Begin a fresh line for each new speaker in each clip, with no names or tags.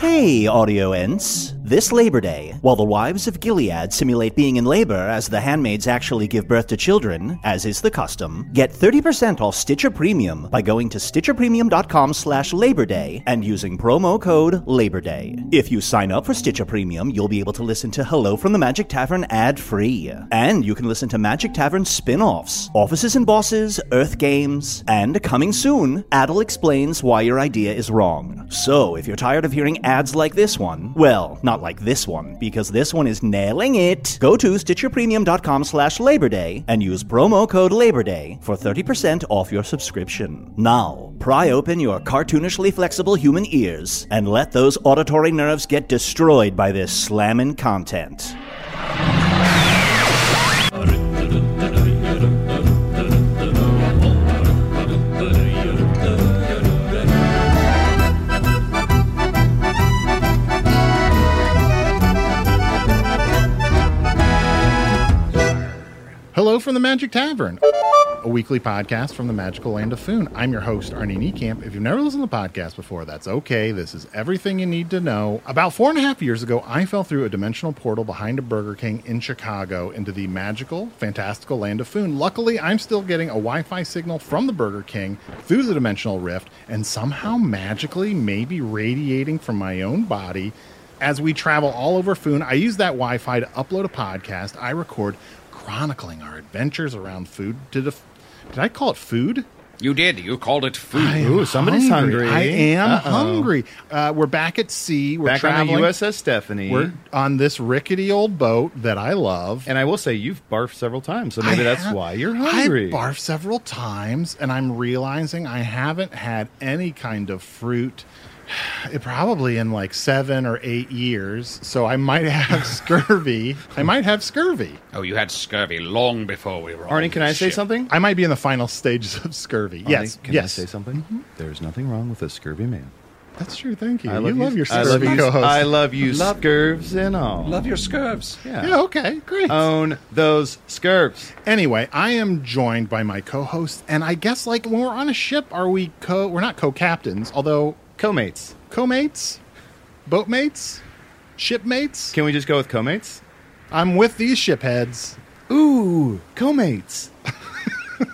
Hey, audio ents. This Labor Day, while the wives of Gilead simulate being in labor as the handmaids actually give birth to children, as is the custom, get 30% off Stitcher Premium by going to stitcherpremium.com slash Labor Day and using promo code Labor Day. If you sign up for Stitcher Premium, you'll be able to listen to Hello from the Magic Tavern ad-free. And you can listen to Magic Tavern spin-offs, Offices and Bosses, Earth Games, and coming soon, Adel explains why your idea is wrong. So, if you're tired of hearing ads like this one, well, not like this one, because this one is nailing it. Go to stitcherpremium.com slash Labor Day and use promo code Labor Day for 30% off your subscription. Now, pry open your cartoonishly flexible human ears and let those auditory nerves get destroyed by this slammin' content.
Hello from the Magic Tavern, a weekly podcast from the magical land of Foon. I'm your host, Arnie Niekamp. If you've never listened to the podcast before, that's okay. This is everything you need to know. About four and a half years ago, I fell through a dimensional portal behind a Burger King in Chicago into the magical, fantastical land of Foon. Luckily, I'm still getting a Wi Fi signal from the Burger King through the dimensional rift and somehow magically, maybe radiating from my own body as we travel all over Foon, I use that Wi Fi to upload a podcast I record chronicling our adventures around food. Did, a, did I call it food?
You did. You called it food.
I am
Ooh, somebody's hungry.
I am
Uh-oh.
hungry. Uh, we're back at sea. We're
Back
traveling.
on the USS Stephanie.
We're on this rickety old boat that I love.
and I will say you've barfed several times, so maybe
I
that's
have-
why you're
I
hungry.
barfed several times, and I'm realizing I haven't had any kind of fruit. It probably in like seven or eight years, so I might have scurvy. I might have scurvy.
Oh, you had scurvy long before we were. on
Arnie, can I
this
say
ship.
something?
I might be in the final stages of scurvy.
Arnie,
yes,
Can
yes,
I say something? There's nothing wrong with a scurvy man.
that's true. Thank Mm-hmm. you.
I
you, love your
I
scurvy
you-
co-host.
I love you, scurves and all.
Love your scurvs.
Oh. yeah.
yeah. Okay. Great.
Own those scurves.
anyway, I am joined by my co-host, and I guess like when we're on a ship, are we co? We're not co-captains, although
Comates.
co-mates, boatmates, shipmates.
Can we just go with comates?
I'm with these shipheads.
Ooh, comates.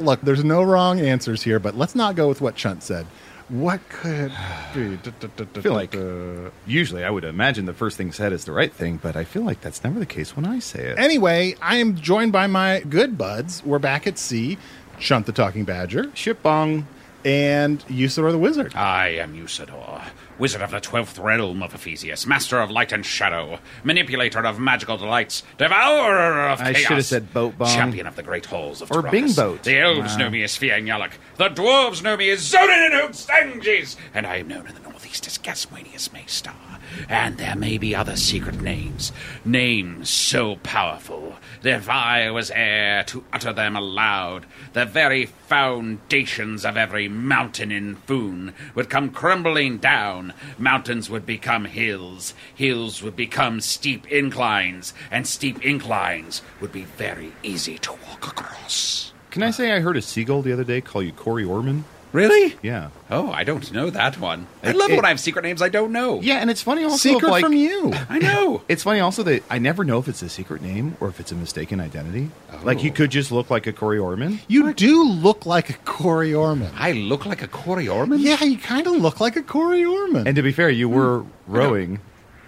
Look, there's no wrong answers here, but let's not go with what Chunt said. What could it be?
I feel like uh, usually I would imagine the first thing said is the right thing, but I feel like that's never the case when I say it.
Anyway, I am joined by my good buds. We're back at sea. Chunt the Talking Badger
Ship bong.
and Usador the Wizard.
I am Usador, wizard of the twelfth realm of Ephesius, master of light and shadow, manipulator of magical delights, devourer of
I
chaos.
should have said boat bomb.
Champion of the great halls of
Or
Tarakas.
Bing boat.
The elves
Wow.
know me as Fiangyalak. The dwarves know me as Zonin and Stanges, and I am known in the northeast as Gaswanius Maystar. And there may be other secret names, names so powerful that if I was heir to utter them aloud, the very foundations of every mountain in Foon would come crumbling down. Mountains would become hills. Hills would become steep inclines. And steep inclines would be very easy to walk across.
Can I say I heard a seagull the other day call you Corey Orman?
Really?
Yeah.
Oh, I don't know that one. I
It-
love
it-
when I have secret names I don't know.
Yeah, and it's funny also.
Secret
of, like,
from you.
I know.
It's funny also that I never know if it's a secret name or if it's a mistaken identity. Like you could just look like a Corey Orman.
Oh. You do look like a Corey Orman.
I look like a Corey Orman?
Yeah, you kind of look like a Corey Orman. Hmm.
And to be fair, you were rowing,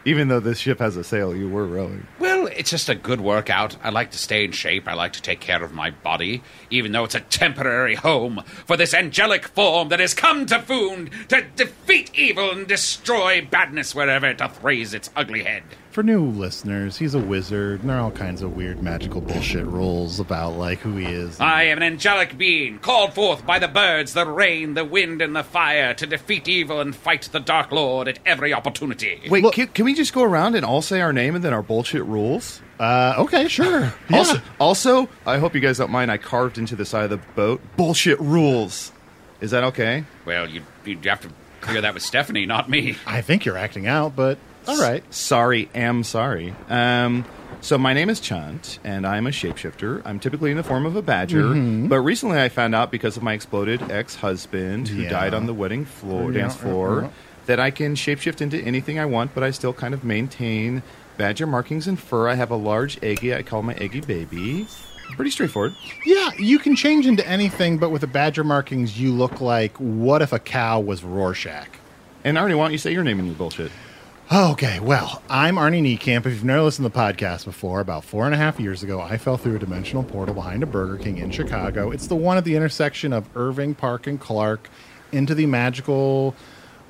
even though this ship has a sail. You were rowing.
Well, it's just a good workout. I like to stay in shape. I like to take care of my body, even though it's a temporary home for this angelic form that has come to Foon to defeat evil and destroy badness wherever it doth raise its ugly head.
for new listeners, he's a wizard, and there are all kinds of weird magical bullshit rules about like who he is.
I am an angelic being, called forth by the birds, the rain, the wind, and the fire to defeat evil and fight the Dark Lord at every opportunity.
Wait, can, can we just go around and all say our name and then our bullshit rules?
Uh, okay, sure. Yeah.
Also, also, I hope you guys don't mind. I carved into the side of the boat. Bullshit rules. Is that okay?
Well, you, you'd have to clear that with Stephanie, not me.
I think you're acting out, but all right.
Sorry, am sorry. Um, so my name is Chant, and I'm a shapeshifter. I'm typically in the form of a badger,
Mm-hmm.
but recently I found out because of my exploded ex-husband who
Yeah.
died on the wedding floor,
Yeah,
dance
yeah,
floor,
yeah.
that I can shapeshift into anything I want, but I still kind of maintain badger markings and fur. I have a large eggie. I call my eggie baby. Pretty straightforward.
Yeah, you can change into anything, but with the badger markings, you look like what if a cow was Rorschach?
And Arnie, why don't you say your name and your bullshit?
Okay, well, I'm Arnie Niekamp. If you've never listened to the podcast before, about four and a half years ago, I fell through a dimensional portal behind a Burger King in Chicago. It's the one at the intersection of Irving Park and Clark into the magical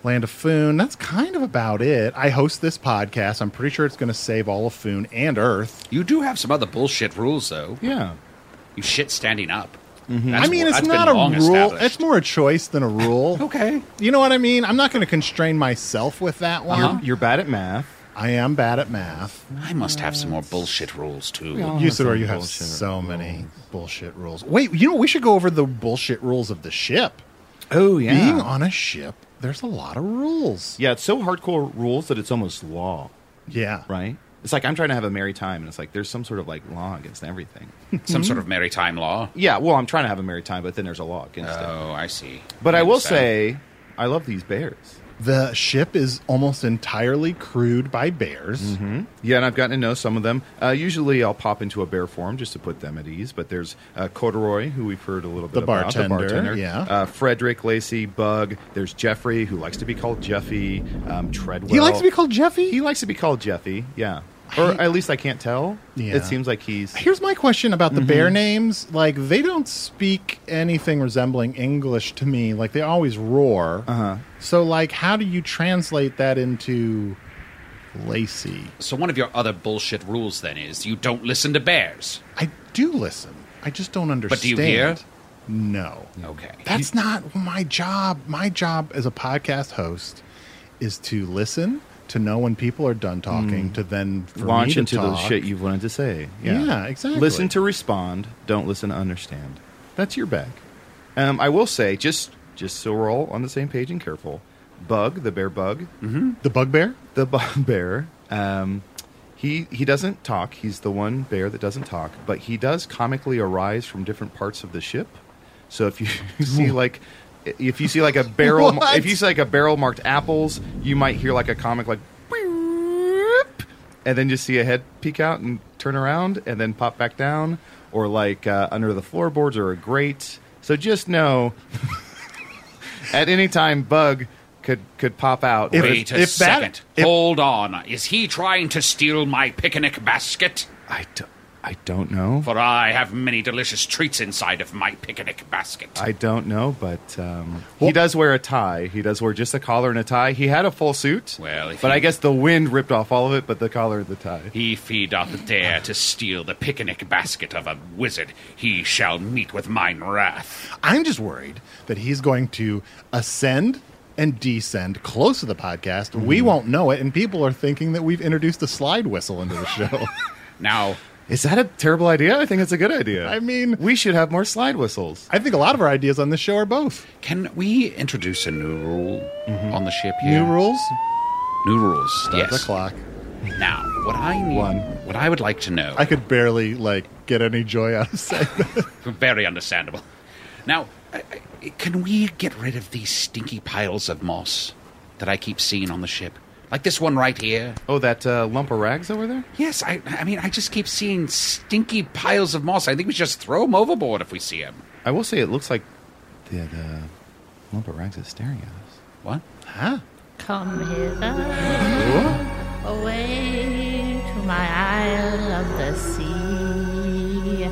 land of Foon. That's kind of about it. I host this podcast. I'm pretty sure it's going to save all of Foon and Earth.
You do have some other bullshit rules, though.
Yeah.
You shit standing up.
I mean, it's not a rule. It's more a choice than a rule.
okay.
You know what I mean? I'm not going to constrain myself with that one.
You're bad at math.
I am bad at math.
I must have some more bullshit rules too.
You said,
some
you have
bullshit
so many bullshit rules. Wait, you know, we should go over the bullshit rules of the ship.
Oh yeah.
Being on a ship, there's a lot of rules.
yeah, it's so hardcore rules that it's almost law.
Yeah.
right? It's like I'm trying to have a merry time, and it's like there's some sort of like law against everything.
Some sort of maritime law.
yeah, well, I'm trying to have a merry time, but then there's a law against it.
Oh, I see.
But I will
understand.
say, I love these bears.
The ship is almost entirely crewed by bears.
Yeah, and I've gotten to know some of them. Uh, usually, I'll pop into a bear form just to put them at ease. But there's uh, Corduroy, who we've heard a little bit
The
about,
bartender, yeah.
Uh, Frederick Lacey Bug. There's Jeffrey, who likes to be called Jeffy. Um, Treadwell.
He likes to be called Jeffy.
He likes to be called Jeffy. Yeah, or at least I can't tell.
Yeah.
It seems like he's
Here's my question about
Mm-hmm.
the bear names. Like, they don't speak anything resembling English to me. Like, they always roar. Uh-huh. So, like, how do you translate that into Lacey?
So one of your other bullshit rules then is you don't listen to bears.
I do listen. I just don't understand.
do you hear?
No.
Okay.
That's not my job. My job as a podcast host is to listen, to know when people are done talking, to then for me
launch
to
into the
talk.
shit you've wanted to say.
Yeah, exactly.
Listen to respond. Don't listen to understand. That's your bag. Um, I will say, just just so we're all on the same page and careful. Bug, the bear bug,
The bugbear?
the bug bear. Um, he he doesn't talk. He's the one bear that doesn't talk, but he does comically arise from different parts of the ship. So if you see like. If you see like a barrel,
What?
if you see like a barrel marked apples, you might hear like a comic like and then just see a head peek out and turn around and then pop back down, or like uh, under the floorboards or a grate. So just know, at any time, bug could could pop out. But
Wait a
if that-
second.
if-
Hold on. Is he trying to steal my picnic basket?
I don't, I don't know.
For I have many delicious treats inside of my picnic basket.
I don't know, but um, he does wear a tie. He does wear just a collar and a tie. He had a full suit,
Well, if
but I
he-
guess the wind ripped off all of it, but the collar and the tie.
If he doth dare to steal the picnic basket of a wizard, he shall meet with mine wrath.
I'm just worried that he's going to ascend and descend close to the podcast.
Mm-hmm.
We won't know it, and people are thinking that we've introduced a slide whistle into the show.
Now,
Is that a terrible idea? I think it's a good idea.
I mean-
we should have more slide whistles.
I think a lot of our ideas on this show are both. Mm-hmm.
Can we introduce a new rule on the ship here?
New rules,
New rules.
start
yes.
the clock.
Now, what I need,
One.
what I would like to know,
I could barely like get any joy out of saying that.
very understandable. Now, I- I- can we get rid of these stinky piles of moss that I keep seeing on the ship? Like this one right here.
Oh, that uh, lump of rags over there?
Yes, I, I mean, I just keep seeing stinky piles of moss. I think we should just throw them overboard if we see them.
I will say it looks like the, the lump of rags is staring at us.
What?
Huh?
Come hither, away to my isle of the sea.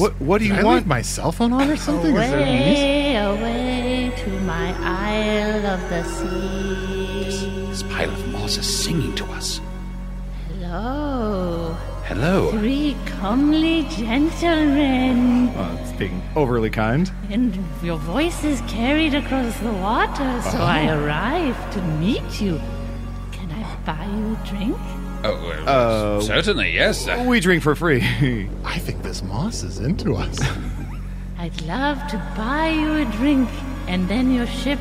What What do
Did
you
I leave
want?
my cell phone on or something? Is there music?
Away, away to my isle of the sea.
This pile of moss is singing to us.
Hello,
Hello.
three comely gentlemen,
Oh, it's being overly kind.
and your voices carried across the water,
Oh.
so I arrived to meet you. Can I buy you a drink?
Oh, uh, certainly, yes. Uh,
We drink for free.
I think this moss is into us.
I'd love to buy you a drink, and then your ship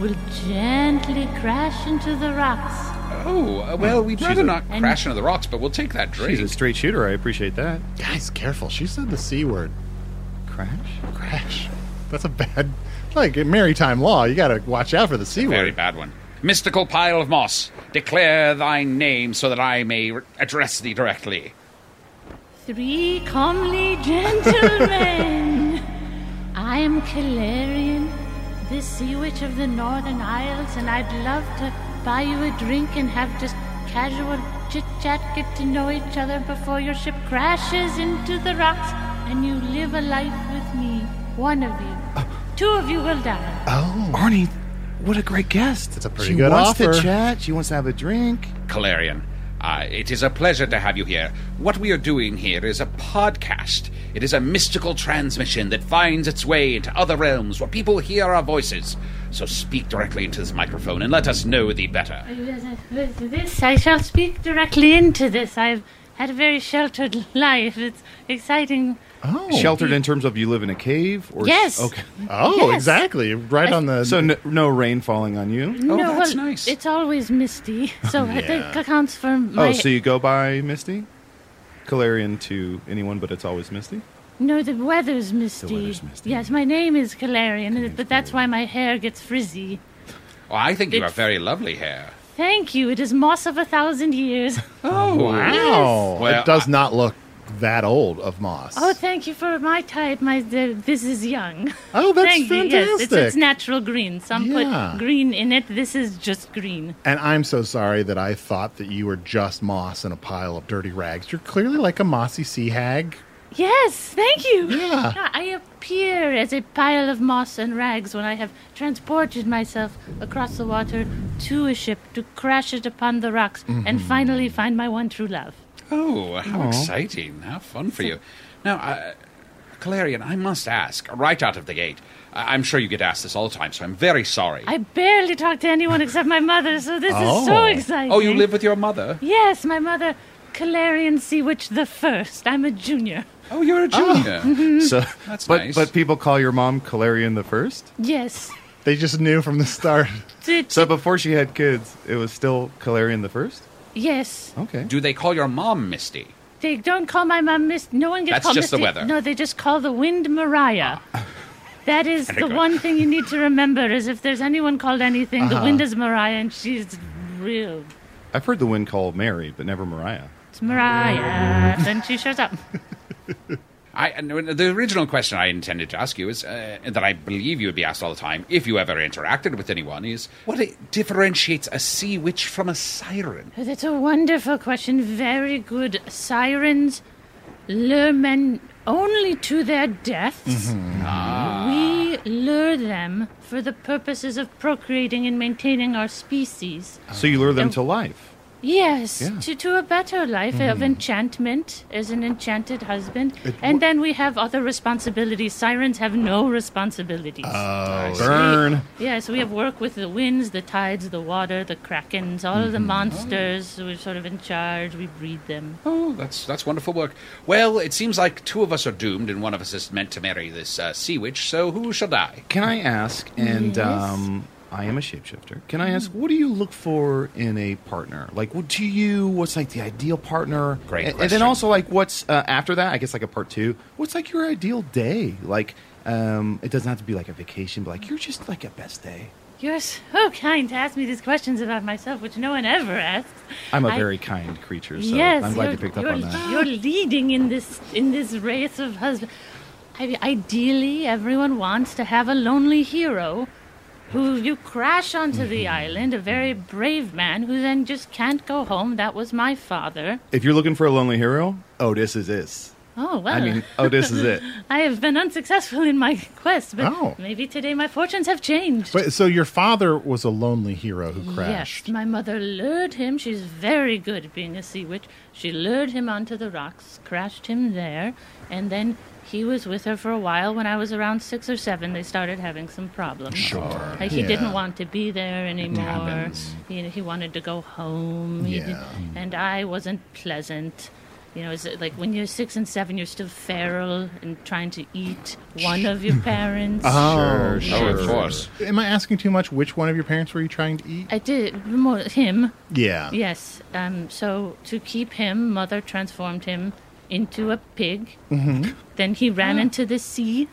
will gently crash into the rocks.
oh, uh, well, we'd
She's
rather
a-
not
And-
crash into the rocks, but we'll take that
She's
drink.
a straight shooter. I appreciate that.
Guys, careful. She said the c word.
Crash.
Crash. That's a bad. Like in maritime law, you gotta watch out for the c
Very
word.
bad one. Mystical pile of moss, declare thy name so that I may re- address thee directly.
Three comely gentlemen! I am Calarian, the sea witch of the Northern Isles, and I'd love to buy you a drink and have just casual chit chat, get to know each other before your ship crashes into the rocks, and you live a life with me. One of you. Two of you will die.
Arnie, what a great guest. It's
Oh. a pretty
she
good
wants
offer.
to chat. She wants to have a drink.
Calarian, uh, it is a pleasure to have you here. What we are doing here is a podcast. It is a mystical transmission that finds its way into other realms where people hear our voices. So speak directly into this microphone and let us know thee better.
This, I shall speak directly into this. I've had a very sheltered life. It's exciting.
Oh.
Sheltered in terms of you live in a cave. Or
Yes.
Okay.
Oh,
Yes.
exactly. Right on the.
So no, no rain falling on you.
Oh,
no,
that's
well,
nice.
It's always misty, so I think
Yeah.
accounts for my.
oh, so you go by Misty, Calarian to anyone, but it's always Misty.
No, the weather's misty.
weather's misty.
Yes, my name is Calarian, but that's why my hair gets frizzy.
Oh, I think you
It-
have very lovely hair.
Thank you. It is moss of a thousand years.
Oh,
wow.
Well,
it does not look that old of moss.
oh, thank you for my type. My the, this is young.
Oh, that's
thank You. Yes, it's, it's
fantastic.
natural green. Some
Yeah.
put green in it. This is just green.
And I'm so sorry that I thought that you were just moss in a pile of dirty rags. You're clearly like a mossy sea hag.
Yes, thank you.
Yeah.
I appear as a pile of moss and rags when I have transported myself across the water to a ship to crash it upon the rocks and
Mm-hmm.
finally find my one true love.
Oh, how exciting. How fun for you. Now, uh, Calarian, I must ask, right out of the gate, I- I'm sure you get asked this all the time, so I'm very sorry.
I barely talk to anyone except my mother, so this is so
Oh.
exciting.
oh, you live with your mother?
Yes, my mother, Calarian Sea Witch the First. I'm a junior. Oh.
Oh, you're a junior.
So
Mm-hmm. That's
but,
nice.
But people call your mom Calarian the First.
Yes.
They just knew from the start.
T-
So before she had kids, it was still Calarian the First.
yes.
Okay.
Do they call your mom Misty?
They don't call my mom Miss. No one gets
That's
called
just the
Misty.
weather. Ah.
No, they just call the wind Mariah. That is
Very
the
good.
one thing you need to remember is if there's anyone called anything, the
Uh-huh.
wind is Mariah, and she's real.
I've heard the wind call Mary, but never Mariah.
It's Mariah.
Mm.
then she shows up.
I, and the original question I intended to ask you is uh, that I believe you would be asked all the time if you ever interacted with anyone is what it differentiates a sea witch from a siren.
That's a wonderful question. Very good. Sirens lure men only to their deaths.
Mm-hmm. Mm.
We lure them
Uh-huh.
for the purposes of procreating and maintaining our species.
So you lure them to life.
Yes,
Yeah.
to, to a better life of
Mm.
enchantment as an enchanted husband. and
wa-
then we have other responsibilities. Sirens have no responsibilities.
Uh.
Burn.
Yeah, so we have work with the winds, the tides, the water, the krakens, all of
Mm-hmm.
the monsters.
Oh,
So We're sort of in charge. We breed them.
Oh, that's that's wonderful work. Well, it seems like two of us are doomed, and one of us is meant to marry this uh, sea witch. So who shall die?
Can I ask? And um, I am a shapeshifter. Can I ask? What do you look for in a partner? Like, what to you? What's like the ideal partner?
Great
A- And,
question.
then also like, what's uh, after that? I guess like a part two. What's like your ideal day? Like, um, it doesn't have to be like a vacation, but like you're just like a best day.
You're so kind to ask me these questions about myself, which no one ever asks.
I'm a
I-
very kind creature, so
yes,
I'm glad
you're-
you picked up
you're-
on that.
You're leading in this in this race of husband. I mean, ideally, everyone wants to have a lonely hero who you crash onto the
Mm-hmm.
island, a very brave man who then just can't go home. That was my father.
If you're looking for a lonely hero, Otis is this.
Oh well.
I mean, Otis is it.
I have been unsuccessful in my quest, but
Oh.
maybe today my fortunes have changed.
But so your father was a lonely hero who crashed.
Yes, my mother lured him. She's very good at being a sea witch. She lured him onto the rocks, crashed him there, and then he was with her for a while. When I was around six or seven, they started having some problems. Sure. Like he
Yeah.
didn't want to be there anymore.
happens.
You know, he wanted to go home. He did-
Yeah.
and I wasn't pleasant. You know, it's like when you're six and seven, you're still feral and trying to eat one of your parents.
Oh,
Oh, of course.
Am I asking too much? Which one of your parents were you trying to eat?
I did more him.
yeah.
Yes. Um, so to keep him, mother transformed him into a pig.
Mm-hmm.
Then he ran into the sea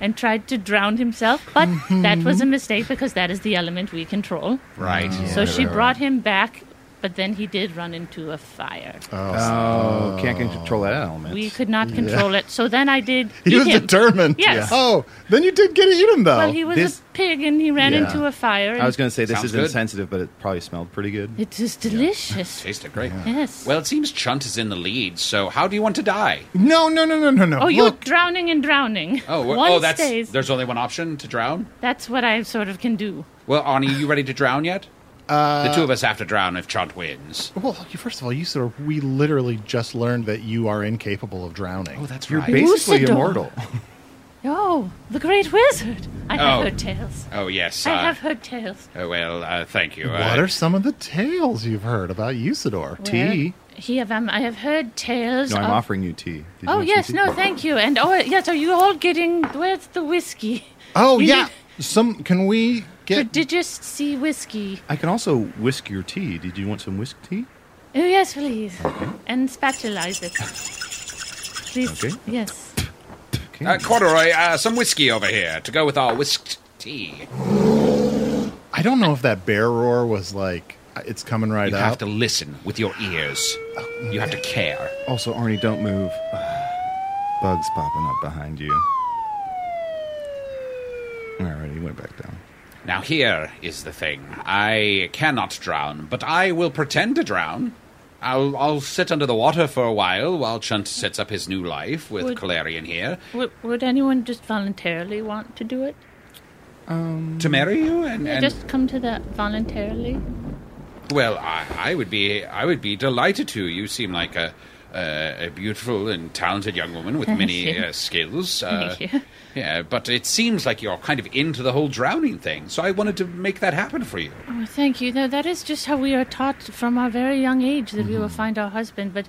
and tried to drown himself, but that was a mistake because that is the element we control.
Right.
so she brought him back, but then he did run into a fire.
Oh, can't control that element.
we could not control it. So then I did.
He
eat
was
him.
determined.
Yes. Yeah.
Oh, then you did get to eat him though.
Well, he was
this-
a pig and he ran
Yeah.
into a fire. And
I was going to say this
Sounds
is
good.
insensitive, but it probably smelled pretty good.
It is delicious.
Tasted great.
Yes.
Well, it seems Chunt is in the lead. So how do you want to die?
no, no, no, no, no, no.
Oh, you're
Look,
drowning and drowning.
Oh, wh-
one
oh, that's
stays.
there's only one option to drown.
That's what I sort of can do.
Well, Arnie, you ready to drown yet?
Uh,
the two of us have to drown if Chunt wins.
well, you, first of all, you sort of we literally just learned that you are incapable of drowning.
Oh, that's
You're
right.
basically
Usador.
immortal.
Oh, the great wizard! I have
Oh.
heard tales.
oh yes.
I
uh,
have heard tales.
oh, well, uh, thank you.
what
Uh,
are some of the tales you've heard about Usador?
Tea.
Where He have, um, I have heard tales.
No, I'm
of-
offering you tea. Did you
Oh
want some
yes,
tea?
no, thank you. And oh yes, are you all getting? Where's the whiskey?
Oh
You
yeah. Some can we
Did,
get
did you just see whiskey?
I can also whisk your tea. Did you want some whisk tea?
Oh yes, please. And spatulize it. Please.
Okay.
Yes.
Okay.
uh, Corduroy, uh, some whiskey over here to go with our whisked tea.
I don't know if that bear roar was like it's coming right
You
up.
have to listen with your ears. You have to care.
also, Arnie, don't move. Bugs popping up behind you. All right, he went back down.
Now, here is the thing. I cannot drown, but I will pretend to drown. I'll, I'll sit under the water for a while while Chunt sets up his new life with
Would-
Calarian here.
Would, would anyone just voluntarily want to do it?
To marry you? And, and
Um, just come to that voluntarily.
well, I, I would be I would be delighted to. You seem like a, a, a beautiful and talented young woman with many
you.
uh, skills. Uh,
Thank you.
Yeah, but it seems like you're kind of into the whole drowning thing, so I wanted to make that happen for you.
Oh, thank you. No, that is just how we are taught from our very young age that we
Mm-hmm.
will find our husband. But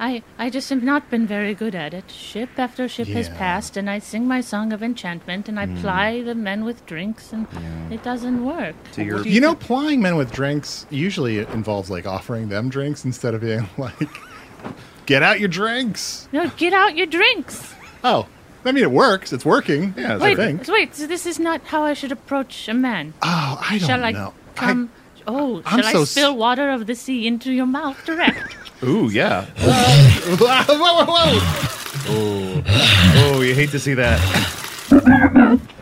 I, I just have not been very good at it. Ship after ship has
Yeah. Mm.
passed, and I sing my song of enchantment, and I ply the men with drinks, and it doesn't work.
So you're,
You know, plying men with drinks usually involves like offering them drinks instead of being like, "Get out your drinks."
No, get out your drinks.
Oh, I mean, it works. It's working.
Yeah, it's
I
Wait,
think.
wait. So this is not how I should approach a man.
Oh, I don't
shall I
know.
come? oh,
I'm
shall I
so s-
spill water of the sea into your mouth direct?
ooh, yeah.
whoa, whoa, whoa!
oh, you hate to see that.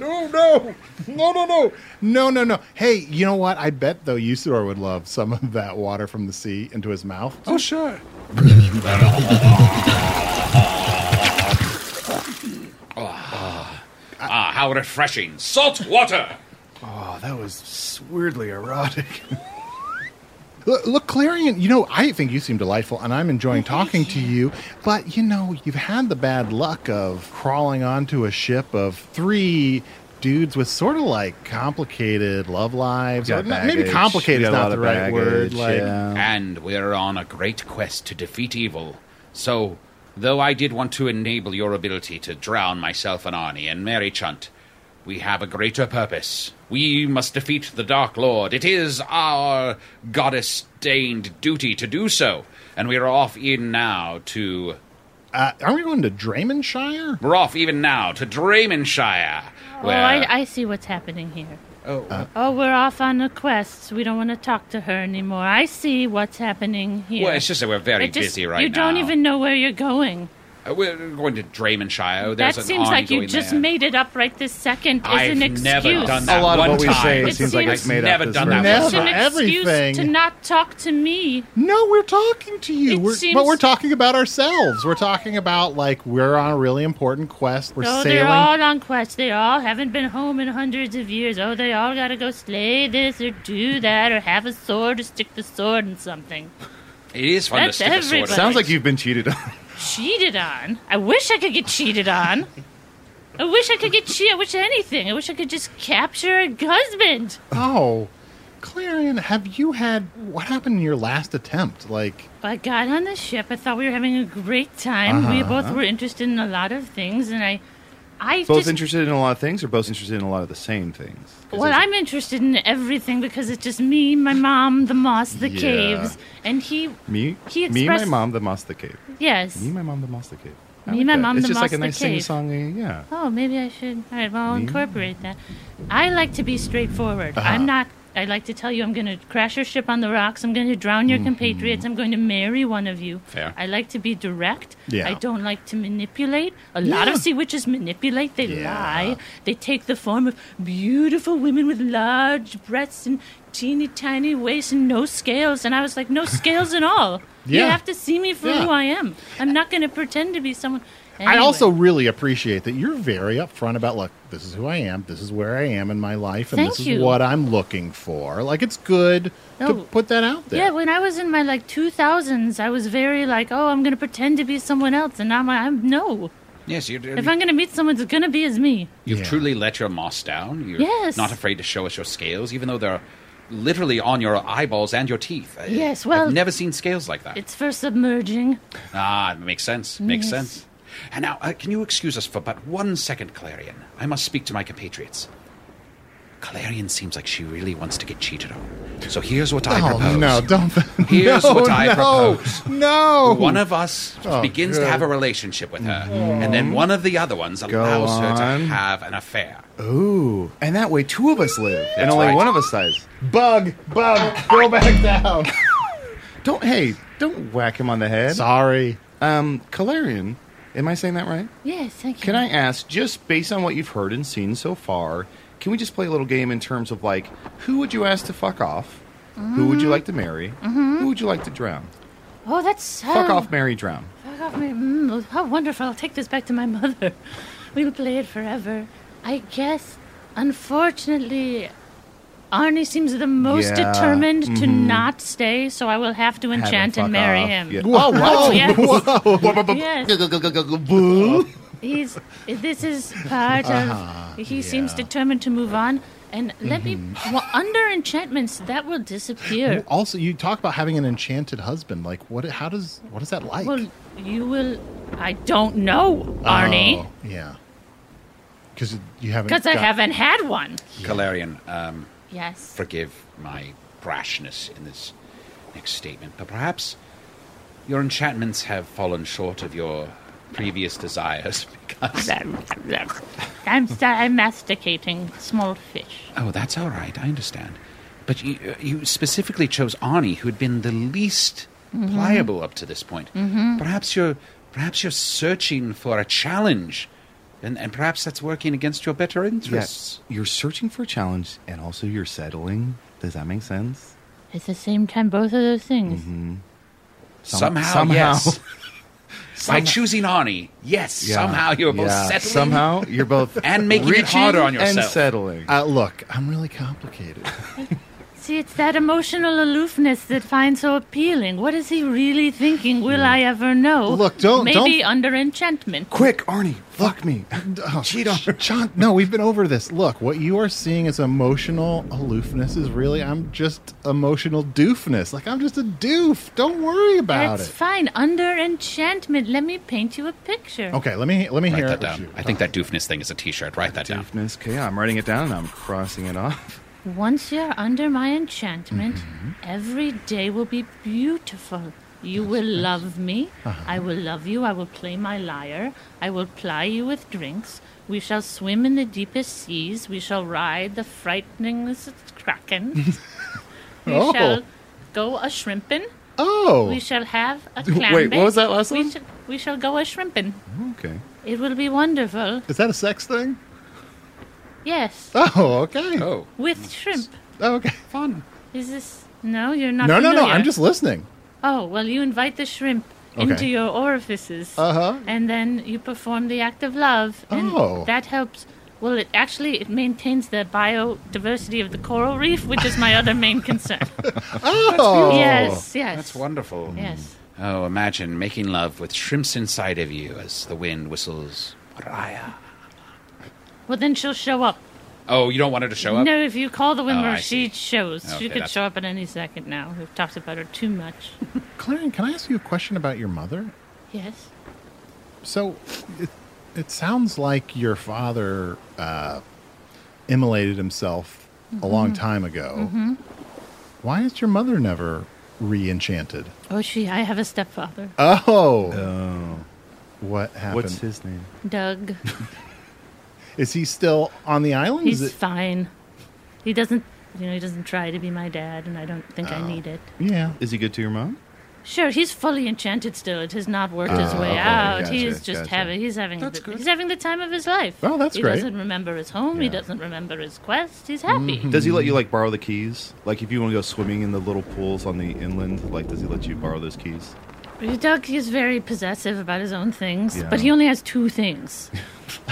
No, Oh, no, no, no, no, no, no, no. Hey, you know what? I bet though Usador would love some of that water from the sea into his mouth.
Oh, sure. ah, how refreshing. Salt water!
Oh, that was weirdly erotic.
Look, look, Clarion, you know, I think you seem delightful, and I'm enjoying talking to you. But, you know, you've had the bad luck of crawling onto a ship of three dudes with sort of like complicated love lives.
Got
Or not- maybe
baggage.
complicated
You
is
got a
not
lot
the
of
right word.
baggage,
Like,
yeah.
And we're on a great quest to defeat evil. So, though I did want to enable your ability to drown myself and Arnie and Mary Chunt, we have a greater purpose. We must defeat the Dark Lord. It is our goddess stained duty to do so. And we are off in now to
uh, are we going to Draymanshire?
we're off even now to Draymanshire.
Oh, I, I see what's happening here.
uh,
Oh, oh, we're off on a quest. We don't want to talk to her anymore. I see what's happening here.
Well, it's just that we're very
It just-
busy right
You don't
now.
even know where you're going.
Uh, We're going to Draymanshire. Oh, There's
that
an
seems like you
ongoing
just
there.
made it up right this second as
I've
an excuse.
never done that
A lot of
one
what we
time.
say
It
seems like
seems-
it's made
Never
up. this
done that
version.
It's an
Never.
excuse
Everything.
to not talk to me.
No, we're talking to you.
It
We're,
seems-
But we're talking about ourselves. We're talking about like we're on a really important quest. We're
oh,
sailing.
they're all on quest. They all haven't been home in hundreds of years. Oh, they all gotta go slay this or do that or have a sword or stick the sword in something.
It is fun
That's
to stick a sword.
everybody.
Sounds like you've been cheated on.
Cheated on. I wish I could get cheated on. I wish I could get cheated. I wish anything. I wish I could just capture a husband.
Oh, Clarion, have you had what happened in your last attempt? Like,
I got on the ship. I thought we were having a great time. We both were interested in a lot of things, and I, I
Uh-huh. Both
just
interested in a lot of things, or both interested in a lot of the same things. 'Cause
Well,
there's-
I'm interested in everything because it's just me, my mom, the moss, the
Yeah.
caves, and he.
me,
He
me, my
expressed-
mom, the moss, the cave.
Yes.
Me, my mom, the moss, the cave. I
Me,
like
my
that.
mom,
It's
the
just like a
moss, the
nice
cave.
sing-songy, yeah.
Oh, maybe I should. All right, well, I'll incorporate that. I like to be straightforward.
Uh-huh.
I'm not. I like to tell you I'm going to crash your ship on the rocks. I'm going to drown
Mm-hmm.
your compatriots. I'm going to marry one of you.
Fair.
I like to be direct.
Yeah.
I don't like to manipulate. A lot of sea witches manipulate. They lie. They take the form of beautiful women with large breasts and teeny tiny waists and no scales. And I was like, no scales at all. You
Yeah.
have to see me for
Yeah.
who I am. I'm not going to pretend to be someone.
I also
Anyway.
really appreciate that you're very upfront about, look, this is who I am, this is where I am in my life, and
Thank
this is
you.
what I'm looking for. Like, it's good
No.
to put that out there.
Yeah, when I was in my like 2000s, I was very like, oh, I'm gonna pretend to be someone else, and I'm I'm no.
Yes, you're,
If I'm gonna meet someone, it's gonna be as me.
You've
Yeah.
truly let your moss down. You're
Yes.
not afraid to show us your scales, even though they're literally on your eyeballs and your teeth. I-
Yes, well-
I've never seen scales
Ah.
like that.
It's for submerging.
Ah, it makes sense. Makes
Yes.
sense. And now, uh, can you excuse us for but one second, Clarion? I must speak to my compatriots. Clarion seems like she really wants to get cheated on. So here's what I
Oh,
propose.
no, don't.
Here's
no,
what I
no,
propose.
No.
One of us
Oh,
begins to
good. Mm-hmm.
have a relationship with her, and then one of the other ones allows her
on.
to have an affair.
Ooh, and that way two of us live, and
That's
only
right.
one of us dies.
Bug, bug, go back down.
Don't hey, don't whack him on the head.
Sorry.
Um, Calarian, am I saying that right?
Yes, thank you.
Can I ask, just based on what you've heard and seen so far, can we just play a little game in terms of like, who would you ask to fuck off? Who would
Mm-hmm.
you like to marry? Who would you like to drown?
Mm. Oh, that's so.
Fuck off, marry, drown.
Fuck off, me. Mm, how wonderful! I'll take this back to my mother. We'll play it forever. I guess, unfortunately. Arnie seems the most
Yeah, Mm-hmm.
determined to not stay, so I will have to
Have
enchant
him
and
fuck
marry
off.
him.
Yeah.
Oh, yes. Yes.
Whoa!
He's. This is part
Uh-huh.
of. He seems determined to move on. And let me.
Mm-hmm.
Well, under enchantments, that will disappear.
Also, you talk about having an enchanted husband. Like, what? How does? What is that like?
Well, you will. I don't know, Arnie,
Oh, yeah. Because you haven't.
because I
got-
haven't had one.
Calarian, um,
Yes.
forgive my brashness in this next statement, but perhaps your enchantments have fallen short of your previous desires because.
I'm. st- I'm masticating small fish.
Oh, that's all right. I understand. But you, you specifically chose Arnie, who had been the least
Mm-hmm.
Mm-hmm.
pliable up to this point. Perhaps you're, perhaps you're searching for a challenge, and, and perhaps that's working against your better interests.
Yes, you're searching for a challenge, and also you're settling. Does that make sense? Mm-hmm.
At the same time, both of those
Mm.
things.
Some-
somehow,
somehow.
yes. By
Somehow-
choosing Arnie, yes,
Yeah,
somehow you're both
yeah.
settling.
Somehow you're both
And making it
reaching
harder on yourself.
and settling.
Uh, look, I'm really complicated.
See, it's that emotional aloofness that finds so appealing. What is he really thinking? Will I ever know?
Mm. Look, don't-
Maybe
don't-
under enchantment.
Quick, Arnie, fuck me.
Oh,
Cheat on her.
John, no, we've been over this. Look, what you are seeing as emotional aloofness is really, I'm just emotional doofness. Like, I'm just a doof. Don't worry about
That's
it.
fine. Under enchantment. Let me paint you a picture.
Okay, let me let me
Write
hear
that
it. with
down.
you.
I think that doofness thing is a T-shirt. Write that down.
Doofness. Okay, I'm writing it down and I'm crossing it off.
Once you're under my enchantment,
Mm-hmm.
every day will be beautiful. You will love me.
Uh-huh.
I will love you. I will play my lyre. I will ply you with drinks. We shall swim in the deepest seas. We shall ride the frighteningest kraken. we
Oh.
shall go a shrimpin'.
Oh,
We shall have a
Wait,
clam
what
bake.
was that last
we
one?
Shall, we shall go a shrimpin'.
Okay.
It will be wonderful.
is that a sex thing?
Yes,
Ah.
Oh, okay.
Oh,
with shrimp.
Oh, okay.
fun.
Is this? No, you're not.
No, no, no.
familiar.
I'm just listening.
Oh, well, you invite the shrimp
Okay.
into your orifices.
Uh-huh.
And then you perform the act of love. And
Oh.
that helps. Well, it actually it maintains the biodiversity of the coral reef, which is my other main concern.
Oh,
Yes, yes.
That's wonderful.
Yes.
Oh, imagine making love with shrimps inside of you as the wind whistles. Mariah.
Well, then she'll show up.
Oh, you don't want her to show up?
No, if you call the
Oh,
women,
I
she
see.
shows.
Okay,
she could
that's-
show up at any second now. We've talked about her too much.
Clarion, can I ask you a question about your mother?
yes.
So, it, it sounds like your father uh, immolated himself
Mm-hmm.
a long time ago.
Mm-hmm.
Why is your mother never re-enchanted?
Oh, she. I have a stepfather,
Oh, what happened?
What's his name?
Doug.
Is he still on the island?
He's
Is it-
fine. He doesn't, you know, he doesn't try to be my dad, and I don't think
Oh.
I need it.
yeah.
Is he good to your mom?
Sure, he's fully enchanted still. It has not worked his way
Oh, okay,
out.
gotcha,
he is just
gotcha.
having he's having
That's
the,
good.
he's having the time of his life.
Oh, that's
he
great.
He doesn't remember his home. He doesn't remember his quest. He's happy.
Mm-hmm.
Mm-hmm.
Does he let you like borrow the keys? Like if you want to go swimming in the little pools on the inland, like does he let you borrow those keys?
Doug is very possessive about his own things,
Yeah.
but he only has two things.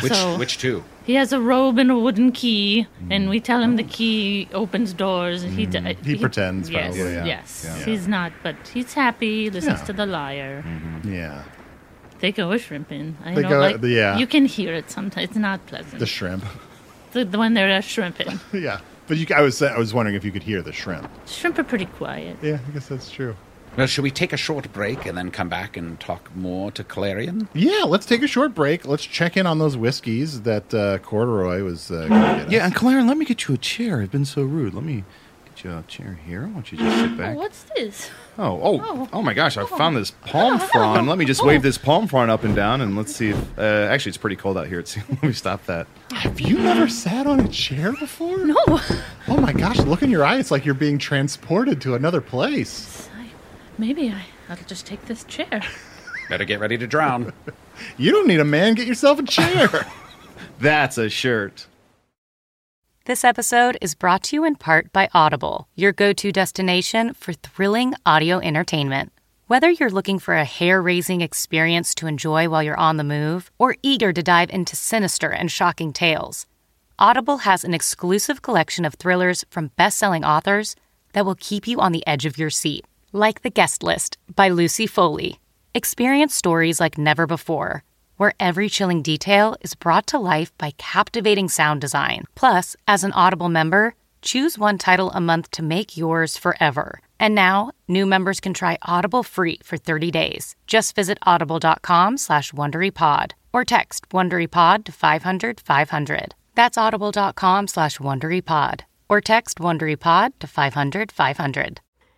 Which,
so
which two?
he has a robe and a wooden key, and we tell him the key opens doors. And
Mm.
he, d-
He pretends,
Yes,
probably, yeah.
yes,
Yeah.
he's not, but he's happy. He Listens
Yeah.
to the lyre.
Mm-hmm.
Yeah.
They go a shrimping. I
They
don't
go-
like.
yeah.
You can hear it sometimes. It's not pleasant.
The shrimp.
the, the when they're a shrimping.
yeah. But you, I was I was wondering if you could hear the shrimp.
Shrimp are pretty quiet.
Yeah, I guess that's true.
Well, should we take a short break and then come back and talk more to Clarion?
Yeah, let's take a short break. Let's check in on those whiskeys that uh, Corduroy was uh, gonna get us.
Yeah, and Claren, let me get you a chair. I've been so rude. Let me get you a chair here. Why don't you just sit
Oh,
back?
what's this?
Oh, oh,
Oh.
oh, my gosh! I found this palm frond. Let me just wave this palm frond up and down, and let's see if. Uh, actually, it's pretty cold out here. It's, let me stop that.
Have you never sat on a chair before? No. Oh my gosh, look in your eye. It's like you're being transported to another place.
I, maybe I, I'll just take this chair.
Uh.
Better get ready to drown.
You don't need a man. Get yourself a chair.
That's a shirt.
This episode is brought to you in part by Audible, your go to destination for thrilling audio entertainment. Whether you're looking for a hair raising experience to enjoy while you're on the move or eager to dive into sinister and shocking tales, Audible has an exclusive collection of thrillers from best selling authors that will keep you on the edge of your seat, like The Guest List by Lucy Foley. Experience stories like never before, where every chilling detail is brought to life by captivating sound design. Plus, as an Audible member, choose one title a month to make yours forever. And now, new members can try Audible free for 30 days. Just visit audible.com slash WonderyPod or text WonderyPod to 500 500. That's audible.com slash WonderyPod or text WonderyPod to 500 500.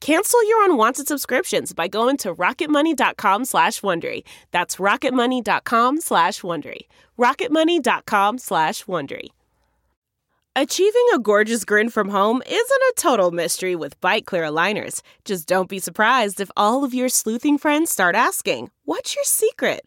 Cancel your unwanted subscriptions by going to rocketmoney.com slash Wondery. That's rocketmoney.com slash Wondery. rocketmoney.com slash Wondery. Achieving a gorgeous grin from home isn't a total mystery with Bite Clear aligners. Just don't be surprised if all of your sleuthing friends start asking, What's your secret?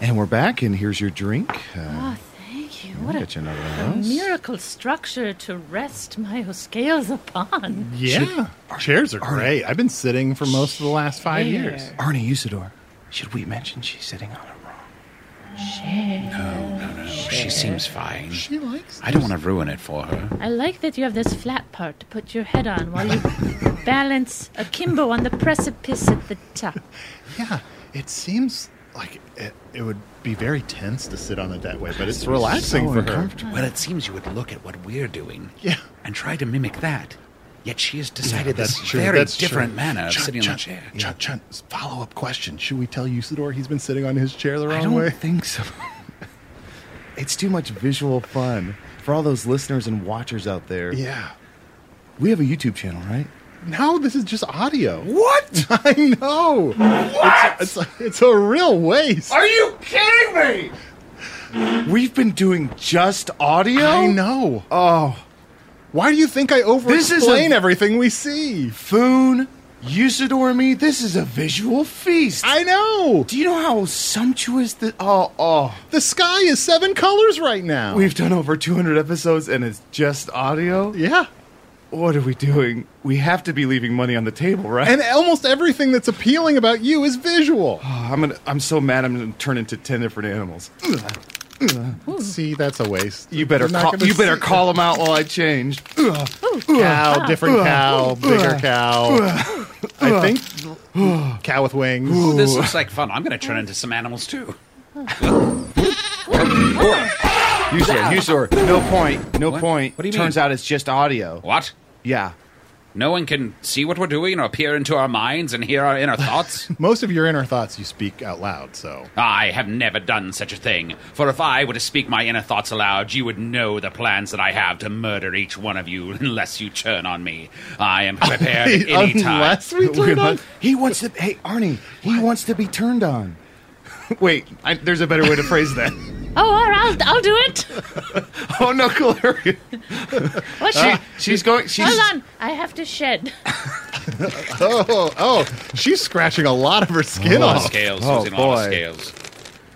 And we're back, and here's your drink. Uh,
Oh, thank you.
I'll
What a,
get you another one
a
of those.
miracle structure to rest my scales upon.
Yeah. Chairs are great. I've been sitting for most of the last five years.
Arnie Usador, should we mention she's sitting on a rock?
No, no, no. She seems fine.
She likes
I don't want to ruin it for her.
I like that you have this flat part to put your head on while you balance akimbo on the precipice at the top.
Yeah. It seems like it, it would be very tense to sit on it that way, but it's relaxing
so
for her.
uncomfortable.
Well, it seems you would look at what we're doing
Yeah.
and try to mimic that. Yet she has decided
that's
this
true.
very
that's
different
true.
manner of
Chun,
sitting
Chun,
on the chair.
Chun, Chun, follow up question. Should we tell Usador he's been sitting on his chair the
I
wrong
don't
way?
think so. it's too much visual fun for all those listeners and watchers out there.
Yeah.
We have a YouTube channel, right?
No, this is just audio.
What?
I know.
What?
It's a, it's a real waste.
Are you kidding me? We've been doing just audio?
I know.
Oh,
Why do you think I over
This is
explain
a-
everything we see?
Foon, Usador, me, this is a visual feast.
I know.
Do you know how sumptuous the. Oh, oh.
The sky is seven colors right now.
We've done over 200 episodes and it's just audio?
yeah.
What are we doing? We have to be leaving money on the table, right?
And almost everything that's appealing about you is visual.
Oh, I'm gonna, I'm so mad I'm gonna turn into ten different animals.
See, that's a waste.
You better
We're not
call,
gonna
you better
see-
call them out while I change.
cow, different cow, bigger cow. I think cow with
Ooh,
wings.
this looks like fun. I'm going to turn into some animals too.
Usador, Usador, no point, no
What?
point.
What do you
Turns
mean?
out it's just audio.
What?
Yeah,
No one can see what we're doing or peer into our minds and hear our inner thoughts?
Most of your inner thoughts you speak out loud, so
I have never done such a thing, for if I were to speak my inner thoughts aloud, you would know the plans that I have to murder each one of you unless you turn on me. I am prepared at any time.
unless we turn on,
he wants to. Hey, Arnie, he wants to be turned on. Wait, I, there's a better way to phrase that.
Oh, all right, I'll, I'll do it.
oh no, Clary.
What?
She's going. She's
Hold on, I have to shed.
oh, oh, she's scratching a lot of her skin
All the
off.
scales,
Oh,
using all the
boy.
scales.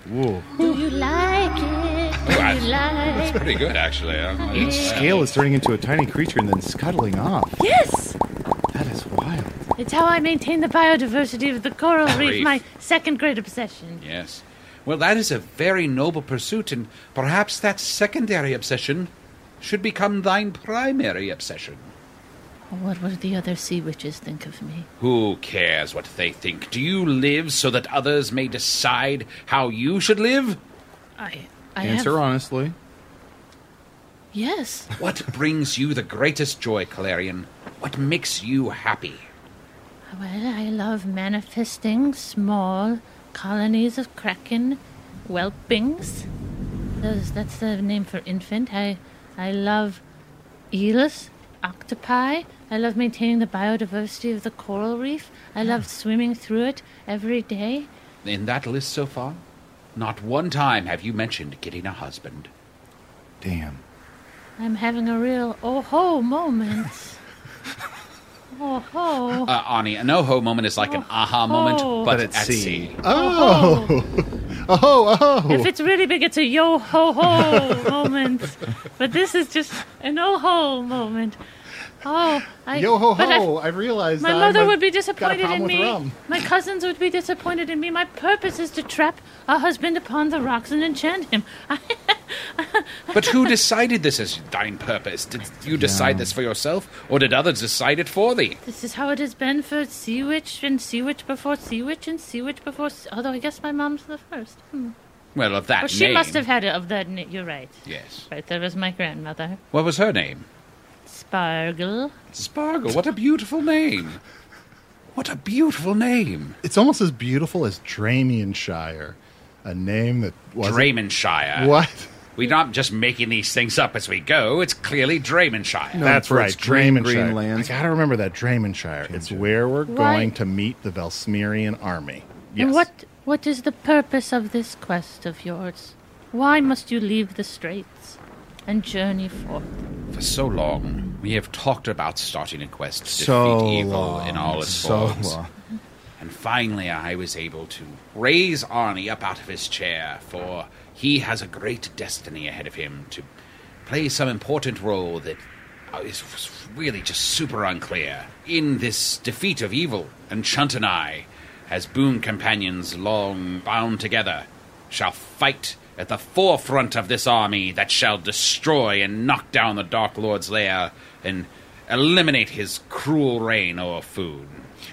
Do you like it? Do you like
It's pretty good, actually. I-
each scale is turning into a tiny creature and then scuttling off.
Yes!
That is wild.
It's how I maintain the biodiversity of the coral reef,
Reef.
my second great obsession.
Yes. Well, that is a very noble pursuit, and perhaps that secondary obsession should become thine primary obsession.
What would the other sea witches think of me?
Who cares what they think? Do you live so that others may decide how you should live?
I, I
Answer
have,
honestly.
Yes.
What brings you the greatest joy, Clarion? What makes you happy?
Well, I love manifesting small colonies of kraken whelpings. Those, that's the name for infant. I, I love eels, octopi. I love maintaining the biodiversity of the coral reef. I love swimming through it every day.
In that list so far, not one time have you mentioned getting a husband.
Damn.
I'm having a real oh ho moment. oh ho.
Uh, Ani, an oho moment is like an aha moment,
Oh.
but,
But at
at
sea.
sea.
Oh, oh, oh,
If it's really big, it's a yo ho ho moment. But this is just an oh ho moment. Oh, I,
yo ho
but I-
ho! I, realized
my
I'm
mother
a-
would be
got a
disappointed
problem
in
with
me.
Rum.
My cousins would be disappointed in me. My purpose is to trap a husband upon the rocks and enchant him. I,
But who decided this is thine purpose? Did you decide this for yourself, or did others decide it for thee?
This is how it has been for Sea Witch and Sea Witch before Sea Witch and Sea Witch before. Sea- Although I guess my mom's the first. Hmm.
Well, of that
Well, she
name.
must have had it of that. na- You're right.
Yes.
Right, there was my grandmother.
What was her name?
Spargle.
Spargle. What a beautiful name. What a beautiful name.
It's almost as beautiful as Dramianshire, a name that was
Draymanshire.
What?
We're not just making these things up as we go. It's clearly Draymanshire.
That's
for
right,
its green, green
Draymanshire.
lands.
I gotta remember that Draymanshire. It's where we're
Why-
going to meet the Velsmirian army. Yes.
And what what is the purpose of this quest of yours? Why must you leave the straits and journey forth?
For so long, we have talked about starting a quest to
So
defeat evil
long,
in all its
so
forms.
long.
And finally, I was able to raise Arnie up out of his chair, for he has a great destiny ahead of him to play some important role that uh, is really just super unclear in this defeat of evil. And Chunt and I, as boon companions long bound together, shall fight at the forefront of this army that shall destroy and knock down the Dark Lord's lair and eliminate his cruel reign o'er food.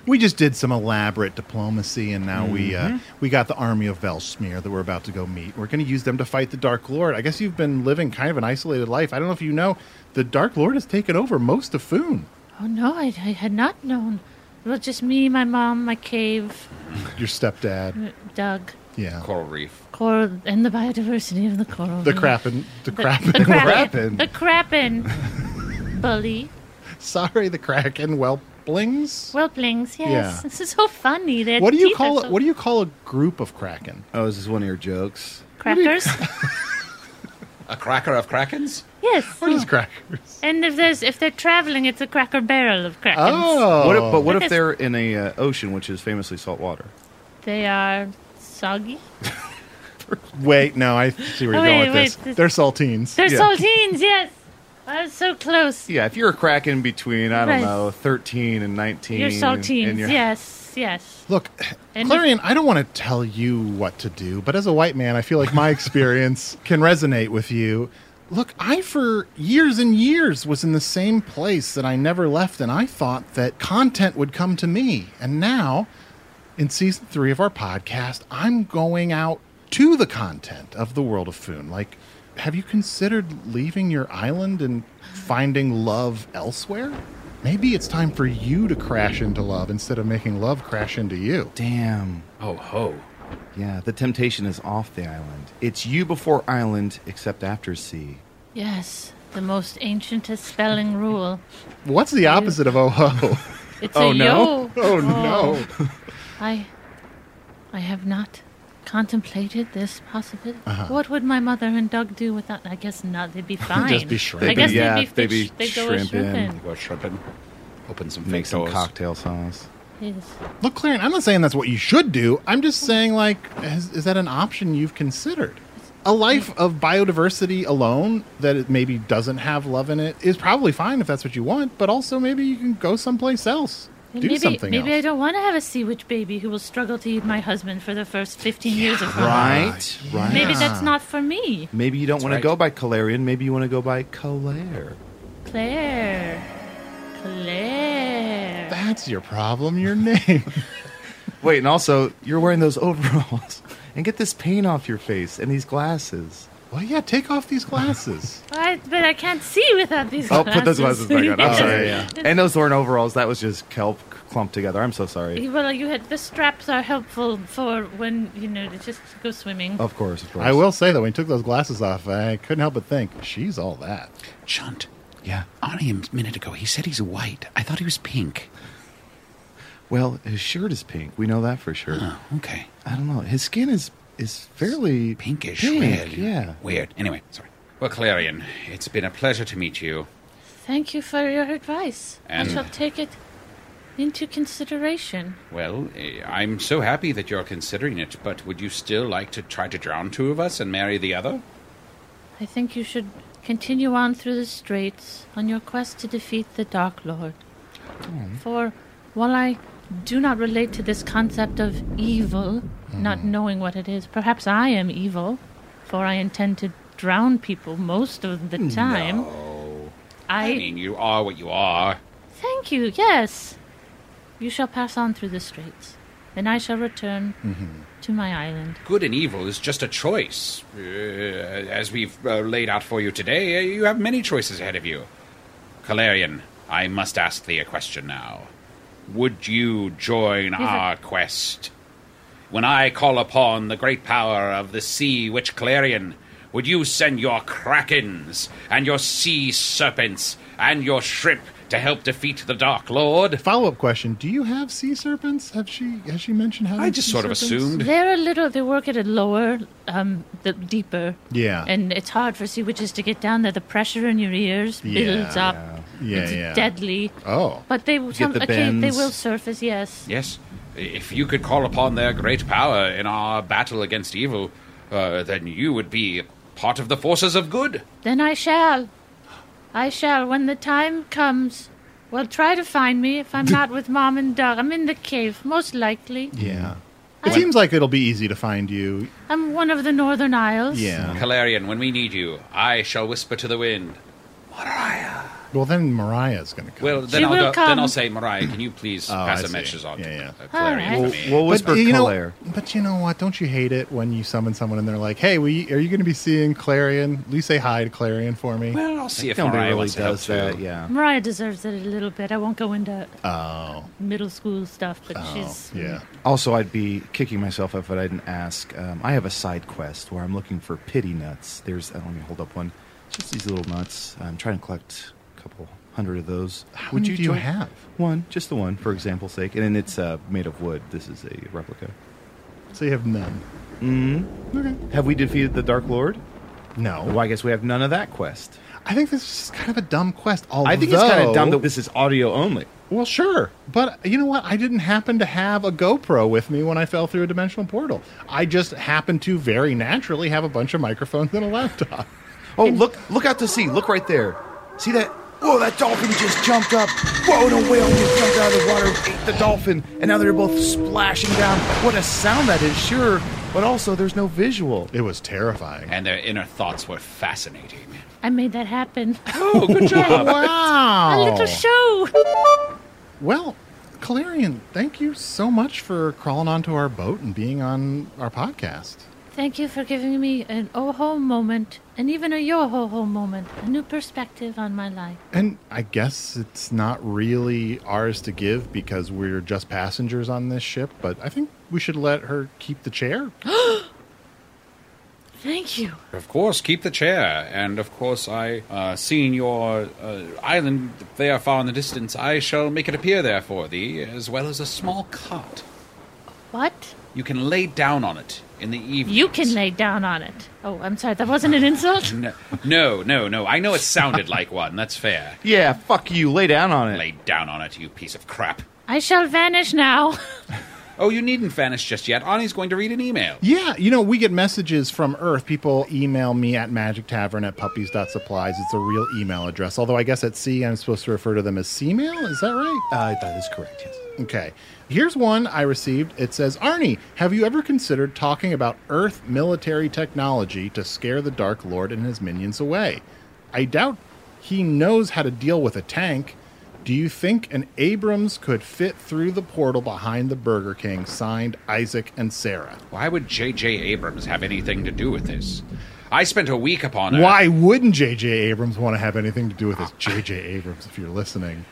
We just did some elaborate diplomacy, and now we uh, we got the army of Velsmir that we're about to go meet. We're going to use them to fight the Dark Lord. I guess you've been living kind of an isolated life. I don't know if you know, the Dark Lord has taken over most of Foon.
Oh no, I, I had not known. It was just me, my mom, my cave,
Your stepdad,
Doug,
yeah,
Coral Reef.
coral, and the biodiversity of the coral.
the
reef.
Crappin, the Crappin,
The
Crappin.
crappin. The crappin. Bully.
Sorry, the Kraken whelplings.
Whelplings, yes.
Yeah.
This is so funny. Their
What do you
teeth
call
are so
it? What do you call a group of Kraken?
Oh, is this one of your jokes?
Crackers?
A cracker of krakens?
yes.
Or just crackers?
And if there's if they're traveling, it's a cracker barrel of crackers.
Oh,
What if, but what if
Because-
they're in a uh, ocean which is famously salt water?
They are soggy.
wait, no, I see where you're
Oh,
going
wait,
with this.
wait, this-
They're saltines.
They're
Yeah.
saltines, yes. I was so close.
Yeah, if you're a kraken between I don't
Right.
know thirteen and nineteen,
You're
and-
saltines,
and you're-
yes, yes.
Look,
And
Clarion, I don't want to tell you what to do, but as a white man, I feel like my experience can resonate with you. Look, I for years and years was in the same place that I never left, and I thought that content would come to me. And now, in season three of our podcast, I'm going out to the content of the world of Foon. Like, have you considered leaving your island and finding love elsewhere? Maybe it's time for you to crash into love instead of making love crash into you.
Damn.
Oh ho.
Yeah, the temptation is off the island. It's you before island, except after sea.
Yes. The most ancientest spelling rule.
What's the opposite of oh ho?
It's
Oh,
a
no.
yo.
Oh no.
I I have not contemplated this possibility.
Uh-huh.
What would my mother and Doug do without I guess not they'd be fine.
be
I
shrimping.
guess
Yeah,
they'd be,
they'd
they'd
be
sh- they'd go a
shrimping.
shrimping.
Go shrimping. Open some
Make
fake
some
doors.
cocktail sauce.
Yes.
Look, Clarion, I'm not saying that's what you should do. I'm just saying, like, is, is that an option you've considered? A life
Mm.
of biodiversity alone that it maybe doesn't have love in it is probably fine if that's what you want, but also maybe you can go someplace else. Do
maybe
something
maybe I
else.
don't want to have a sea witch baby who will struggle to eat my husband for the first 15 years of her life.
Right, right.
Maybe
Maybe,
that's not for me.
you don't want
right.
to go by Calarian. Maybe you want to go by Calaire.
Claire. Claire.
That's your problem, your name.
Wait, and also you're wearing those overalls, and get this paint off your face and these glasses.
well, yeah, take off these glasses.
I, but I can't see without these
Oh,
glasses.
put those glasses back on. I'm
Yeah.
sorry.
Yeah.
And those weren't overalls. That was just kelp clumped together. I'm so sorry.
Well, you had the straps are helpful for when you know to just go swimming.
Of course, of course.
I will say, though, when he took those glasses off, I couldn't help but think, she's all that.
Chunt.
Yeah.
Arnie a minute ago, he said he's white. I thought he was pink.
Well, his shirt is pink. We know that for sure.
Oh, okay.
I don't know. His skin is is fairly
Pinkish
pink,
red.
Yeah.
Weird. Anyway, sorry. Well, Clarion, it's been a pleasure to meet you.
Thank you for your advice.
And-
I shall take it into consideration.
Well, eh, I'm so happy that you're considering it, but would you still like to try to drown two of us and marry the other?
I think you should continue on through the straits on your quest to defeat the Dark Lord. For while I do not relate to this concept of evil, not knowing what it is, perhaps I am evil, for I intend to drown people most of the time.
I
I
mean, you are what you are.
thank you. Yes, you shall pass on through the straits. Then I shall return to my island.
Good and evil is just a choice. Uh, as we've uh, laid out for you today, uh, you have many choices ahead of you. Calarian, I must ask thee a question now. Would you join
Yes, I-
our quest? When I call upon the great power of the sea witch Clarion, would you send your krakens and your sea serpents and your shrimp to help defeat the Dark Lord?
Follow up question: Do you have sea serpents? Have she has she mentioned how?
I just sort of assumed.
They're a little. They work at a lower, um, the deeper.
Yeah.
And it's hard for sea witches to get down there. The pressure in your ears builds
Yeah.
up.
Yeah,
it's
yeah.
deadly.
Oh.
But they will.
Get
some,
the
okay, they
bends.
will surface. Yes.
Yes, if you could call upon their great power in our battle against evil, uh, then you would be part of the forces of good.
Then I shall. I shall when the time comes. Well, try to find me if I'm not with mom and Doug. I'm in the cave, most likely.
Yeah. It seems like it'll be easy to find you.
I'm one of the Northern Isles.
Yeah.
Calarian, when we need you, I shall whisper to the wind.
Well, then Mariah's going to come.
Well, then
She
I'll,
will
go, then I'll
come.
say, Mariah, can you please
Oh, I
pass a
see.
message on to
Yeah,
uh,
All
Calarian
right. uh,
for
We'll,
me?
we'll whisper
you know,
Claire.
but you know what? Don't you hate it when you summon someone and they're like, "Hey, will you, are you going to be seeing Clarion? Will you say hi to Clarion for me?"
Well, I'll see if
Nobody
Mariah
really
wants to help
does that.
too.
Yeah.
Mariah deserves it a little bit. I won't go into
oh,
middle school stuff, but
oh,
she's
yeah.
Mm-hmm. Also, I'd be kicking myself if I didn't ask. Um, I have a side quest where I'm looking for pity nuts. There's, uh, let me hold up one. Just these little nuts. I'm trying to collect a couple hundred of those.
How many do you have?
One, just the one, for example's sake. And then it's uh, made of wood. This is a replica. Mm-hmm.
So you have none.
Have we defeated the Dark Lord?
No.
Well, I guess we have none of that quest.
I think this is just kind of a dumb quest. Although,
I think it's kind of dumb that this is audio only.
Well, sure, but you know what? I didn't happen to have a GoPro with me when I fell through a dimensional portal. I just happened to very naturally have a bunch of microphones and a laptop.
Oh, look! Look out to sea. Look right there. See that? Whoa! That dolphin just jumped up. Whoa! And a whale just jumped out of the water, ate the dolphin, and now they're both splashing down. What a sound that is, sure, but also there's no visual.
It was terrifying.
And their inner thoughts were fascinating.
I made that happen.
Oh, good job.
A
wow.
little show.
Well, Calarian, thank you so much for crawling onto our boat and being on our podcast.
Thank you for giving me an oh ho moment, and even a yo ho ho moment, a new perspective on my life.
And I guess it's not really ours to give because we're just passengers on this ship, but I think we should let her keep the chair.
Thank you.
Of course, keep the chair. And of course, I, uh, seeing your uh, island there far in the distance, I shall make it appear there for thee, as well as a small cot.
What?
You can lay down on it in the evening.
You can lay down on it. Oh, I'm sorry. That wasn't an insult.
No, no, no, no. I know it sounded like one. That's fair.
Yeah, fuck you. Lay down on it.
Lay down on it, you piece of crap.
I shall vanish now.
Oh, you needn't vanish just yet. Ani's going to read an email.
Yeah, you know, we get messages from Earth. People email me at magic tavern at puppies.supplies. It's a real email address. Although I guess at sea, I'm supposed to refer to them as sea mail. Is that right?
Uh, that is correct. Yes.
Okay. Here's one I received. It says, Arnie, have you ever considered talking about Earth military technology to scare the Dark Lord and his minions away? I doubt he knows how to deal with a tank. Do you think an Abrams could fit through the portal behind the Burger King? Signed Isaac and Sarah.
Why would J.J. Abrams have anything to do with this? I spent a week upon it.
Why wouldn't J.J. Abrams want to have anything to do with this? J.J. Abrams, if you're listening,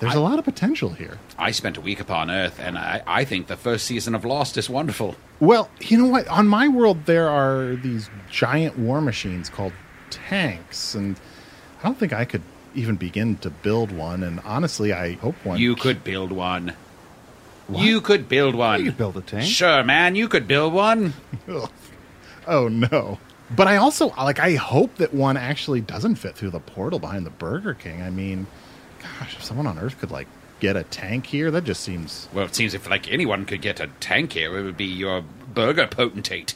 there's a lot of potential here.
I spent a week upon Earth, and I, I think the first season of Lost is wonderful.
Well, you know what? On my world, there are these giant war machines called tanks, and I don't think I could even begin to build one. And honestly, I hope one.
You could build one. You could build one.
could build a tank.
Sure, man. You could build one.
Ugh. Oh no! But I also like. I hope that one actually doesn't fit through the portal behind the Burger King. I mean, gosh, if someone on Earth could like get a tank here, that just seems.
Well, it seems if like anyone could get a tank here, it would be your burger potentate.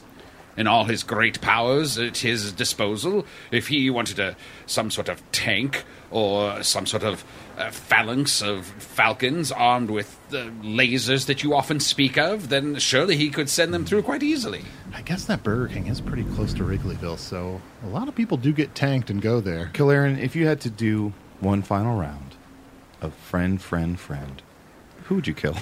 In all his great powers at his disposal, if he wanted a some sort of tank or some sort of uh, phalanx of falcons armed with the lasers that you often speak of, then surely he could send them through quite easily.
I guess that Burger King is pretty close to Wrigleyville, so a lot of people do get tanked and go there.
Killaren, if you had to do one final round of friend, friend, friend, who would you kill?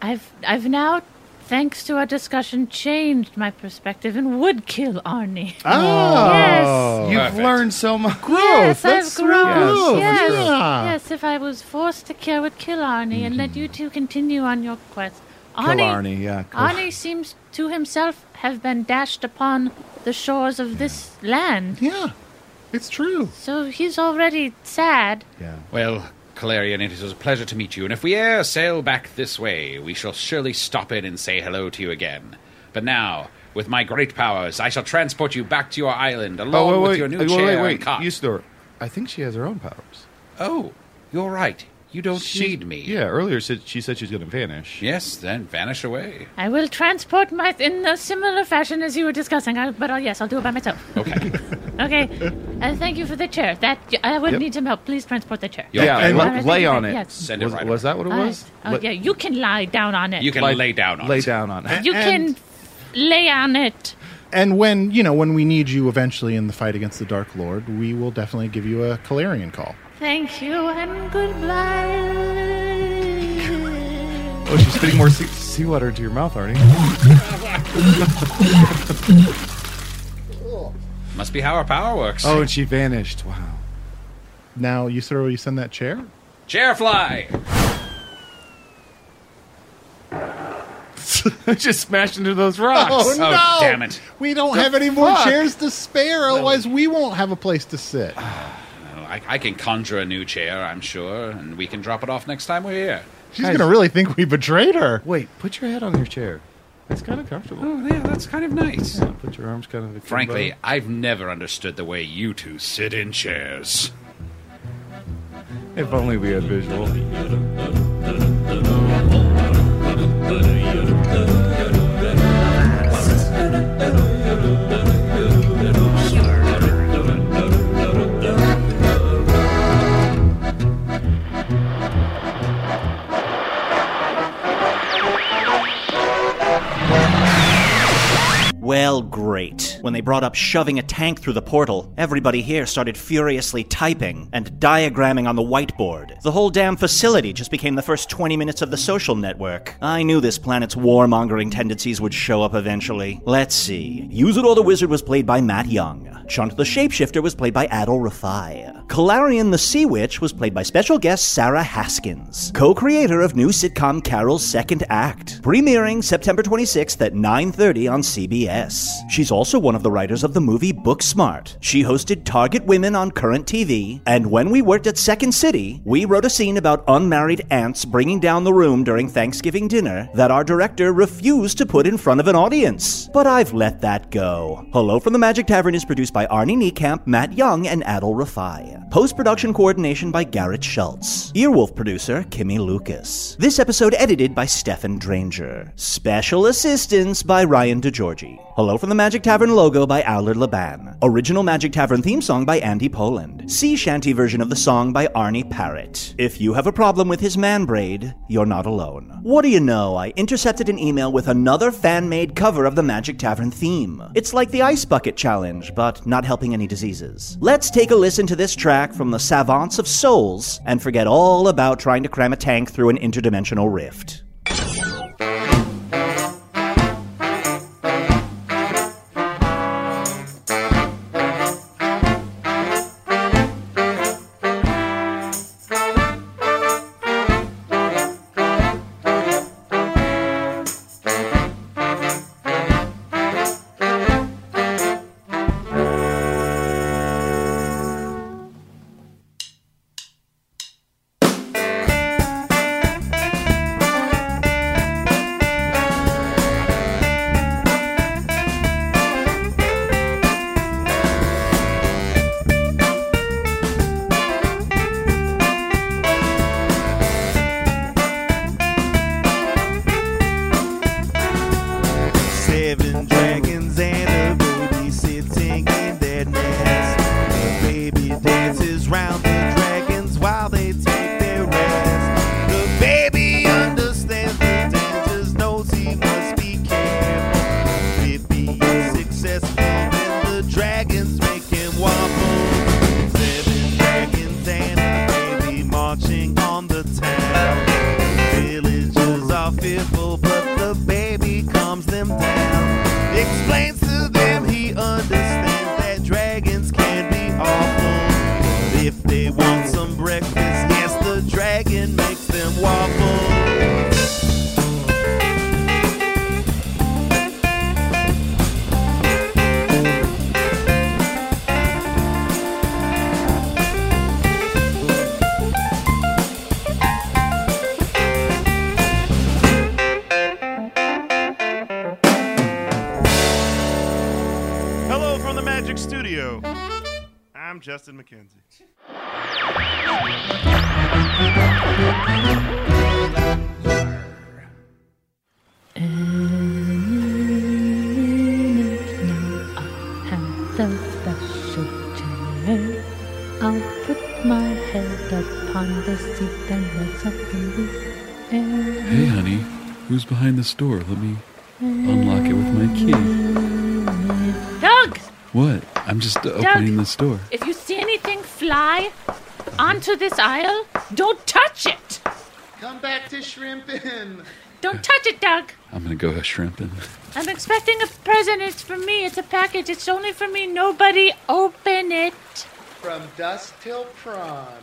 I've I've now, thanks to our discussion, changed my perspective and would kill Arnie.
Ah.
Oh,
yes.
you've
Perfect.
learned so much. Growth.
Yes, I've
Yes,
grown. Yes,
that's
true.
yes, If I was forced to kill, I would kill Arnie and let you two continue on your quest.
Kill
Arnie,
Arnie, yeah. Kill.
Arnie seems to himself have been dashed upon the shores of this land,
Yeah, it's true.
so he's already sad.
Yeah.
Well, Calarian, it is a pleasure to meet you, and if we e'er sail back this way, we shall surely stop in and say hello to you again. But now, with my great powers, I shall transport you back to your island along
Oh, wait,
with
wait.
your new
wait,
chair
wait,
and
wait.
cot.
Usador, I think she has her own powers.
Oh, you're right. You don't
She-
need me.
Yeah, earlier said she said she was going to vanish.
Yes, then vanish away.
I will transport my in a similar fashion as you were discussing, I, but uh, yes, I'll do it by myself.
Okay.
Okay, uh, thank you for the chair. That I would need some help. Please transport the chair.
Yeah,
Yeah,
and-
la-
All right,
lay
thank you,
on it.
yes.
Send it
was,
right
was that what it
All right.
was?
Oh,
La-
yeah, you can lie down on it.
You can lay down on
Lay
it.
down on it.
You can
And-
lay on it.
And when, you know, when we need you eventually in the fight against the Dark Lord, we will definitely give you a Calarian call.
Thank you and goodbye.
Oh, she's spitting more sea- seawater into your mouth, Arnie.
Must be how our power works.
Oh, and she vanished. Wow.
Now, you sir, will you send that chair?
Chair fly!
Just smashed into those rocks.
Oh, no! damn it.
We don't have any more
fuck?
chairs to spare, otherwise we won't have a place to sit.
I, I can conjure a new chair, I'm sure, and we can drop it off next time we're here.
She's
Guys.
going to really think we betrayed her.
Wait, put your head on your chair. It's kind of comfortable.
Oh, yeah, that's kind of nice.
Put your arms kind of. akimbo.
Frankly, I've never understood the way you two sit in chairs.
if only we had visual.
Well, great. When they brought up shoving a tank through the portal, everybody here started furiously typing and diagramming on the whiteboard. The whole damn facility just became the first 20 minutes of the social network. I knew this planet's warmongering tendencies would show up eventually. Let's see. Usador the Wizard was played by Matt Young. Chunt the Shapeshifter was played by Adol Rafai. Calarian the Sea Witch was played by special guest Sarah Haskins, co-creator of new sitcom Carol's Second Act, premiering September 26th at 9:30 on CBS. She's also one of the writers of the movie Booksmart. She hosted Target Women on Current TV, and when we worked at Second City, we wrote a scene about unmarried aunts bringing down the room during Thanksgiving dinner that our director refused to put in front of an audience. But I've let that go. Hello from the Magic Tavern is produced by Arnie Niekamp, Matt Young, and Adol Rafai. Post production coordination by Garrett Schultz. Earwolf producer Kimmy Lucas. This episode edited by Stefan Dranger. Special assistance by Ryan DeGiorgi. Hello from the Magic Tavern logo by Allard Laban. Original Magic Tavern theme song by Andy Poland. Sea shanty version of the song by Arnie Parrott. If you have a problem with his man braid, you're not alone. What do you know? I intercepted an email with another fan made cover of the Magic Tavern theme. It's like the Ice Bucket Challenge, but not helping any diseases. Let's take a listen to this track from the Savants of Souls and forget all about trying to cram a tank through an interdimensional rift.
Magic Studio. I'm Justin McKenzie.
so special chair. I'll put my head upon the seat and rise up in the air.
Hey, honey, who's behind this door? Let me unlock it with my key.
Doug!
What? I'm just uh,
Doug!
opening this door.
If you see anything fly onto this aisle, don't touch it!
Come back to shrimpin'.
Don't touch it, Doug!
I'm gonna go shrimping.
I'm expecting a present. It's for me. It's a package. It's only for me. Nobody open it.
From dusk till prawn.